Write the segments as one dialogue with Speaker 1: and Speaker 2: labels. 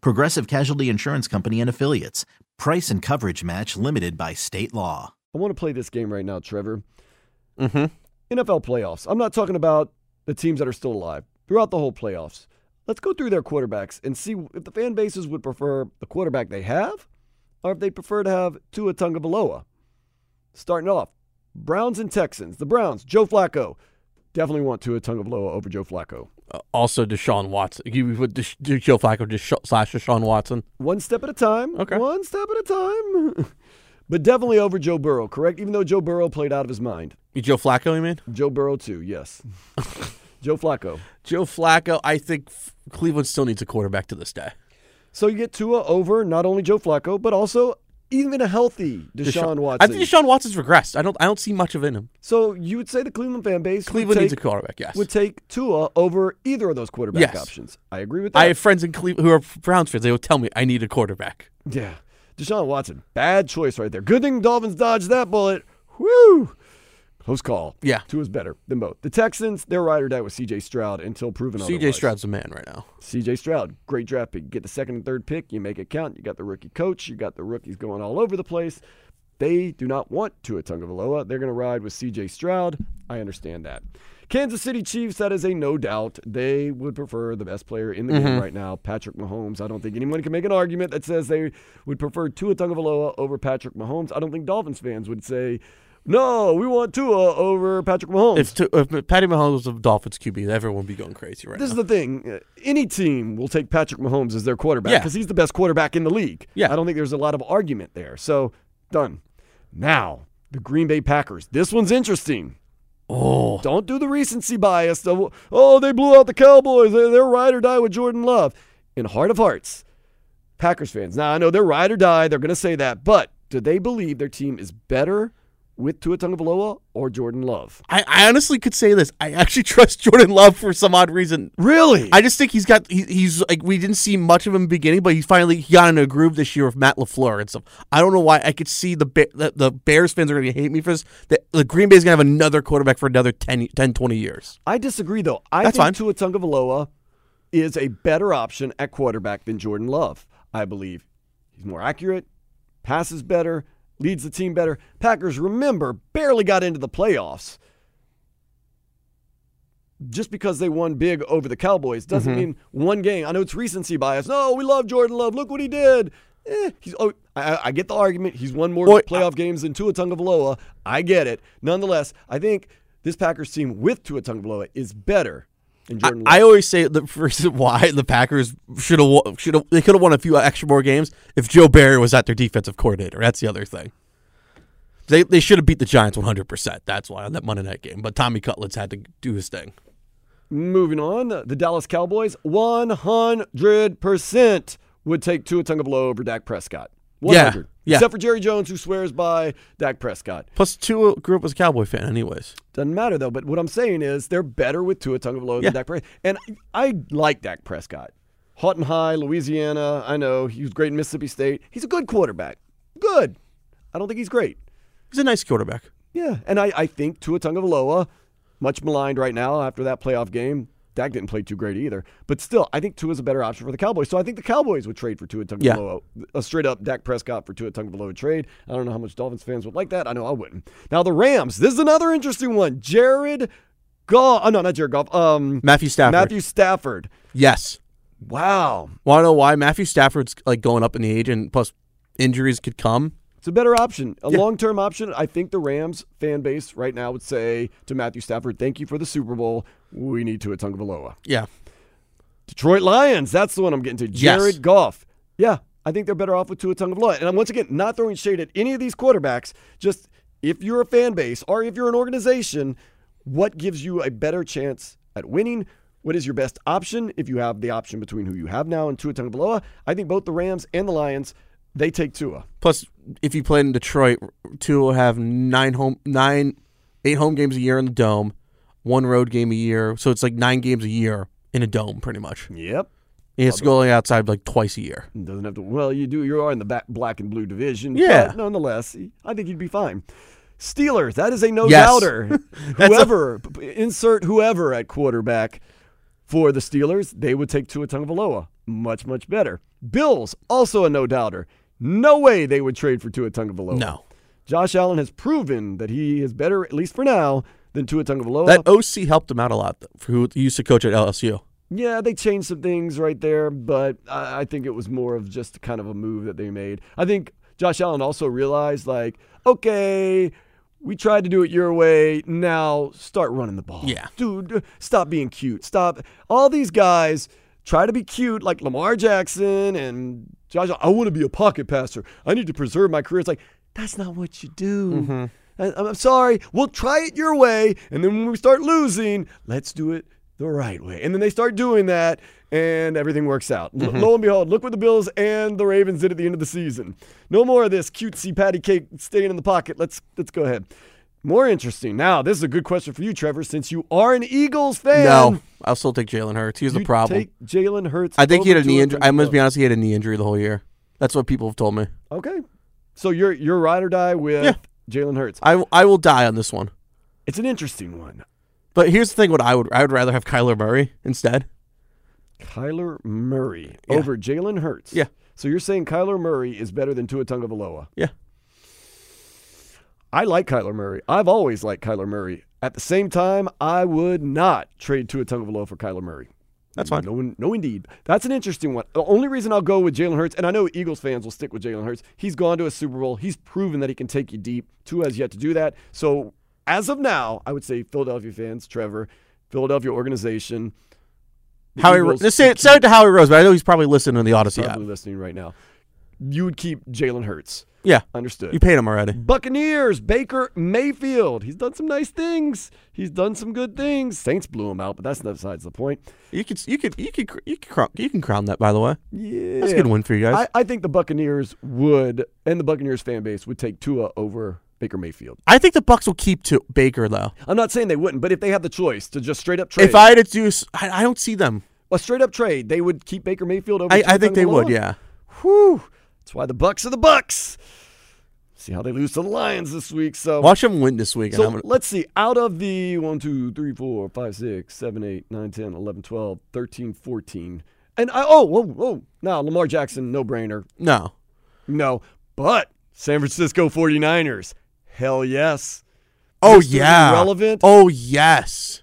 Speaker 1: Progressive Casualty Insurance Company and Affiliates. Price and coverage match limited by state law.
Speaker 2: I want to play this game right now, Trevor.
Speaker 3: Mm-hmm.
Speaker 2: NFL playoffs. I'm not talking about the teams that are still alive. Throughout the whole playoffs, let's go through their quarterbacks and see if the fan bases would prefer the quarterback they have or if they'd prefer to have Tua Tungabaloa. Starting off, Browns and Texans. The Browns, Joe Flacco. Definitely want Tua Tungabaloa over Joe Flacco.
Speaker 4: Uh, also Deshaun Watson. You would put Desha- Joe Flacco Desha- slash Deshaun Watson.
Speaker 2: One step at a time.
Speaker 4: Okay.
Speaker 2: One step at a time. but definitely over Joe Burrow, correct? Even though Joe Burrow played out of his mind.
Speaker 4: Joe Flacco, you mean?
Speaker 2: Joe Burrow, too, yes. Joe Flacco.
Speaker 4: Joe Flacco. I think f- Cleveland still needs a quarterback to this day.
Speaker 2: So you get Tua over not only Joe Flacco, but also even a healthy Deshaun, Watson.
Speaker 4: I think Deshaun Watson's regressed. I don't. I don't see much of in him.
Speaker 2: so you would say the Cleveland fan base
Speaker 4: Cleveland
Speaker 2: would
Speaker 4: needs
Speaker 2: take,
Speaker 4: a quarterback. Yes.
Speaker 2: would take Tua over either of those quarterback
Speaker 4: Yes.
Speaker 2: options. I agree with that.
Speaker 4: I have friends in Cleveland who are Browns fans. They will tell me I need a quarterback.
Speaker 2: yeah. Deshaun Watson, bad choice right there. Good thing Dolphins dodged that bullet. Whew. Close call.
Speaker 4: Yeah.
Speaker 2: Tua's better than both. The Texans, their ride or die with CJ Stroud until proven
Speaker 4: C.J.
Speaker 2: otherwise.
Speaker 4: Stroud's the man right now.
Speaker 2: CJ Stroud, great draft pick. You get the second and third pick, you make it count. You got the rookie coach, you got the rookies going all over the place. They do not want Tua Tungavaloa. They're going to ride with CJ Stroud. I understand that. Kansas City Chiefs, that is a no doubt. They would prefer the best player in the game right now, Patrick Mahomes. I don't think anyone can make an argument that says they would prefer Tua Tungavaloa over Patrick Mahomes. I don't think Dolphins fans would say, no, we want Tua over Patrick Mahomes.
Speaker 4: If, to, if Patty Mahomes was the Dolphins QB, everyone would be going crazy right
Speaker 2: This
Speaker 4: now.
Speaker 2: is the thing. Uh, Any team will take Patrick Mahomes as their quarterback
Speaker 4: Yeah.
Speaker 2: because he's the best quarterback in the league.
Speaker 4: Yeah.
Speaker 2: I don't think there's a lot of argument there. So, done. Now, the Green Bay Packers. This one's interesting.
Speaker 4: oh,
Speaker 2: Don't do the recency bias of, oh, they blew out the Cowboys. They- They're ride or die with Jordan Love. In heart of hearts, Packers fans. Now, I know they're ride or die. They're going to say that. But do they believe their team is better with Tua Tagovailoa or Jordan Love?
Speaker 4: I, I honestly could say this. I actually trust Jordan Love for some odd reason.
Speaker 2: Really?
Speaker 4: I just think he's got he, he's like we didn't see much of him in the beginning, but he finally he got in a groove this year with Matt Lafleur and stuff. I don't know why. I could see the Ba- the, the Bears fans are going to hate me for this. The, the Green Bay's going to have another quarterback for another 10, 10 20 years.
Speaker 2: I disagree, though. I
Speaker 4: That's
Speaker 2: think Tua Tagovailoa is a better option at quarterback than Jordan Love. I believe he's more accurate, passes better, leads the team better. Packers, remember, barely got into the playoffs. Just because they won big over the Cowboys doesn't mean one game. I know it's recency bias. No, we love Jordan Love. Look what he did. Eh, he's oh, I, I- I get the argument. He's won more
Speaker 4: Boy,
Speaker 2: playoff games than Tua Tagovailoa. I get it. Nonetheless, I think this Packers team with Tua Tagovailoa is better than
Speaker 4: I,
Speaker 2: Jordan
Speaker 4: I
Speaker 2: Love.
Speaker 4: always say the reason why the Packers should have should have they could have won a few extra more games if Joe Barry was not their defensive coordinator. That's the other thing. They they should have beat the Giants one hundred percent. That's why on that Monday night game. But Tommy Cutlass had to do his thing.
Speaker 2: Moving on, the Dallas Cowboys 100% would take Tua Tagovailoa over Dak Prescott. 100.
Speaker 4: Yeah, yeah.
Speaker 2: Except for Jerry Jones, who swears by Dak Prescott.
Speaker 4: Plus, Tua grew up as a Cowboy fan, anyways.
Speaker 2: Doesn't matter though. But what I'm saying is they're better with Tua Tagovailoa
Speaker 4: Yeah.
Speaker 2: than Dak Prescott. And I like Dak Prescott. Hot and high, Louisiana. I know he was great in Mississippi State. He's a good quarterback. Good. I don't think he's great.
Speaker 4: He's a nice quarterback.
Speaker 2: Yeah, and I, I think Tua Tagovailoa, much maligned right now after that playoff game. Dak didn't play too great either, but still, I think Tua's a better option for the Cowboys. So I think the Cowboys would trade for Tua Tagovailoa, a straight up Dak Prescott for Tua Tagovailoa trade. I don't know how much Dolphins fans would like that. I know I wouldn't. Now the Rams. This is another interesting one. Jared Goff. Oh no, not Jared Goff. Um,
Speaker 4: Matthew Stafford.
Speaker 2: Matthew Stafford.
Speaker 4: Yes.
Speaker 2: Wow.
Speaker 4: Want to know why Matthew Stafford's like going up in the age, and plus injuries could come.
Speaker 2: It's a better option, a long term option. I think the Rams fan base right now would say to Matthew Stafford, "Thank you for the Super Bowl. We need to Tua Tagovailoa."
Speaker 4: Yeah.
Speaker 2: Detroit Lions. That's the one I'm getting to.
Speaker 4: Yes.
Speaker 2: Jared Goff. Yeah, I think they're better off with Tua Tagovailoa. And I'm once again not throwing shade at any of these quarterbacks. Just if you're a fan base or if you're an organization, what gives you a better chance at winning? What is your best option if you have the option between who you have now and Tua Tagovailoa? I think both the Rams and the Lions they take Tua.
Speaker 4: Plus, if you play in Detroit, two will have nine home, nine, eight home games a year in the dome, one road game a year. So it's like nine games a year in a dome, pretty much.
Speaker 2: Yep.
Speaker 4: He has to go only outside like twice a year.
Speaker 2: Doesn't have to. Well, you do. You are in the back, black and blue division.
Speaker 4: Yeah.
Speaker 2: But nonetheless, I think you'd be fine. Steelers. That is a no
Speaker 4: Yes.
Speaker 2: doubter.
Speaker 4: That's a-
Speaker 2: whoever p- insert whoever at quarterback for the Steelers, they would take Tua Tagovailoa. Much much better. Bills also a no doubter. No way they would trade for Tua Tagovailoa.
Speaker 4: No.
Speaker 2: Josh Allen has proven that he is better, at least for now, than Tua Tagovailoa.
Speaker 4: That OC helped him out a lot, though, who used to coach at LSU.
Speaker 2: Yeah, they changed some things right there, but I, I think it was more of just kind of a move that they made. I think Josh Allen also realized, like, okay, we tried to do it your way. Now start running the ball.
Speaker 4: Yeah.
Speaker 2: Dude, uh, stop being cute. Stop. All these guys try to be cute, like Lamar Jackson and Josh. Allen. I want to be a pocket passer. I need to preserve my career. It's like, that's not what you do. I- I'm I'm sorry. We'll try it your way. And then when we start losing, let's do it the right way. And then they start doing that, and everything works out. Lo- Lo and behold, look what the Bills and the Ravens did at the end of the season. No more of this cutesy patty cake staying in the pocket. Let's let's go ahead. More interesting. Now, this is a good question for you, Trevor, since you are an Eagles fan.
Speaker 4: No, I'll still take Jalen Hurts. Here's
Speaker 2: you
Speaker 4: the problem.
Speaker 2: Take Jalen Hurts.
Speaker 4: I think he
Speaker 2: over
Speaker 4: had a knee
Speaker 2: Tua
Speaker 4: injury. I must be
Speaker 2: Tagovailoa.
Speaker 4: honest, he had a knee injury the whole year. That's what people have told me.
Speaker 2: Okay. So you're you're ride or die with
Speaker 4: Yeah.
Speaker 2: Jalen Hurts.
Speaker 4: I, I will die on this one.
Speaker 2: It's an interesting one.
Speaker 4: But here's the thing: what I would I would rather have Kyler Murray instead.
Speaker 2: Kyler Murray
Speaker 4: Yeah.
Speaker 2: over Jalen Hurts.
Speaker 4: Yeah.
Speaker 2: So you're saying Kyler Murray is better than Tua Tagovailoa?
Speaker 4: Yeah,
Speaker 2: I like Kyler Murray. I've always liked Kyler Murray. At the same time, I would not trade Tua Tagovailoa for Kyler Murray.
Speaker 4: that's fine.
Speaker 2: No, no, indeed. That's an interesting one. The only reason I'll go with Jalen Hurts, and I know Eagles fans will stick with Jalen Hurts. He's gone to a Super Bowl. He's proven that he can take you deep. Tua has yet to do that. So as of now, I would say Philadelphia fans, Trevor, Philadelphia organization, the
Speaker 4: Howie, Ro-
Speaker 2: Eagles
Speaker 4: this say,
Speaker 2: would
Speaker 4: say it to Howie Rose, but I know he's probably listening to the Odyssey
Speaker 2: probably
Speaker 4: app.
Speaker 2: listening right now. You would keep Jalen Hurts.
Speaker 4: Yeah,
Speaker 2: Understood.
Speaker 4: you paid him already.
Speaker 2: Buccaneers, Baker Mayfield. He's done some nice things. He's done some good things. Saints blew him out, but that's besides the point.
Speaker 4: You could you could you could cr- you could crown, you can crown that. By the way,
Speaker 2: Yeah.
Speaker 4: that's a good win for you guys.
Speaker 2: I, I think the Buccaneers would, and the Buccaneers fan base would take Tua over Baker Mayfield.
Speaker 4: I, think the Bucks will keep to Baker though.
Speaker 2: I'm not saying they wouldn't, but if they had the choice to just straight up trade,
Speaker 4: If I had to do, s- I, I don't see them.
Speaker 2: a straight up trade, they would keep Baker Mayfield over.
Speaker 4: I,
Speaker 2: Tua
Speaker 4: I think they would.
Speaker 2: Tagovailoa?
Speaker 4: Yeah,
Speaker 2: Whew. That's why the Bucks are the Bucks. See how they lose to the Lions this week. So
Speaker 4: watch them win this week. and
Speaker 2: So
Speaker 4: I'm gonna-
Speaker 2: let's see. Out of the 1, 2, 3, 4, 5, 6, 7, 8, 9, 10, 11, 12, 13, 14. And I, oh, whoa, whoa. Now, Lamar Jackson, no brainer.
Speaker 4: no,
Speaker 2: No. But San Francisco 49ers, hell yes.
Speaker 4: oh
Speaker 2: Mr.
Speaker 4: yeah,
Speaker 2: Irrelevant.
Speaker 4: Oh yes,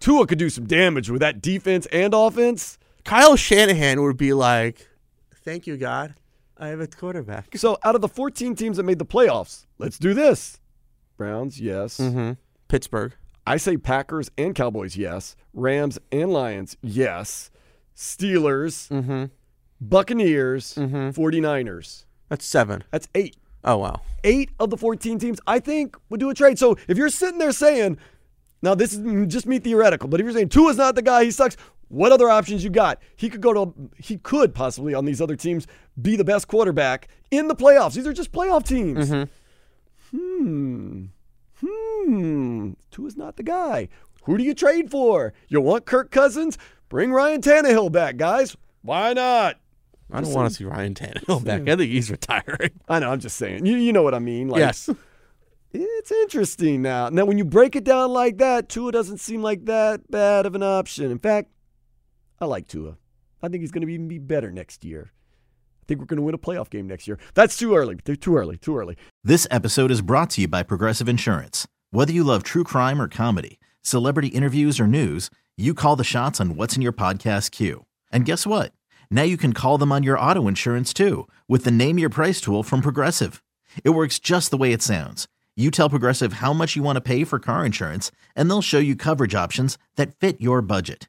Speaker 2: Tua could do some damage with that defense and offense.
Speaker 4: Kyle Shanahan would be like, "Thank you, God, I have a quarterback."
Speaker 2: So, out of the 14 teams that made the playoffs, let's do this. Browns, yes.
Speaker 4: Mm-hmm. Pittsburgh.
Speaker 2: I say Packers and Cowboys, yes. Rams and Lions, yes. Steelers,
Speaker 4: Mm-hmm.
Speaker 2: Buccaneers,
Speaker 4: Mhm.
Speaker 2: 49ers.
Speaker 4: That's seven.
Speaker 2: That's eight.
Speaker 4: Oh wow.
Speaker 2: Eight of the 14 teams, I think, would do a trade. So if you're sitting there saying, now this is mm, just me theoretical, but if you're saying Tua's not the guy, he sucks, what other options you got? He could go to, he could possibly on these other teams be the best quarterback in the playoffs. These are just playoff teams. Hmm. Hmm. Tua's not the guy. Who do you trade for? You want Kirk Cousins? Bring Ryan Tannehill back, guys. Why not?
Speaker 4: I don't want to see Ryan Tannehill back. I think he's retiring.
Speaker 2: I know, I'm just saying. You, you know what I mean. Like,
Speaker 4: yes.
Speaker 2: It's interesting now. Now, when you break it down like that, Tua doesn't seem like that bad of an option. In fact, I like Tua. I think he's going to even be better next year. I think we're going to win a playoff game next year. That's too early. They're too early. Too early.
Speaker 1: This episode is brought to you by Progressive Insurance. Whether you love true crime or comedy, celebrity interviews or news, you call the shots on what's in your podcast queue. And guess what? Now you can call them on your auto insurance too with the Name Your Price tool from Progressive. It works just the way it sounds. You tell Progressive how much you want to pay for car insurance, and they'll show you coverage options that fit your budget.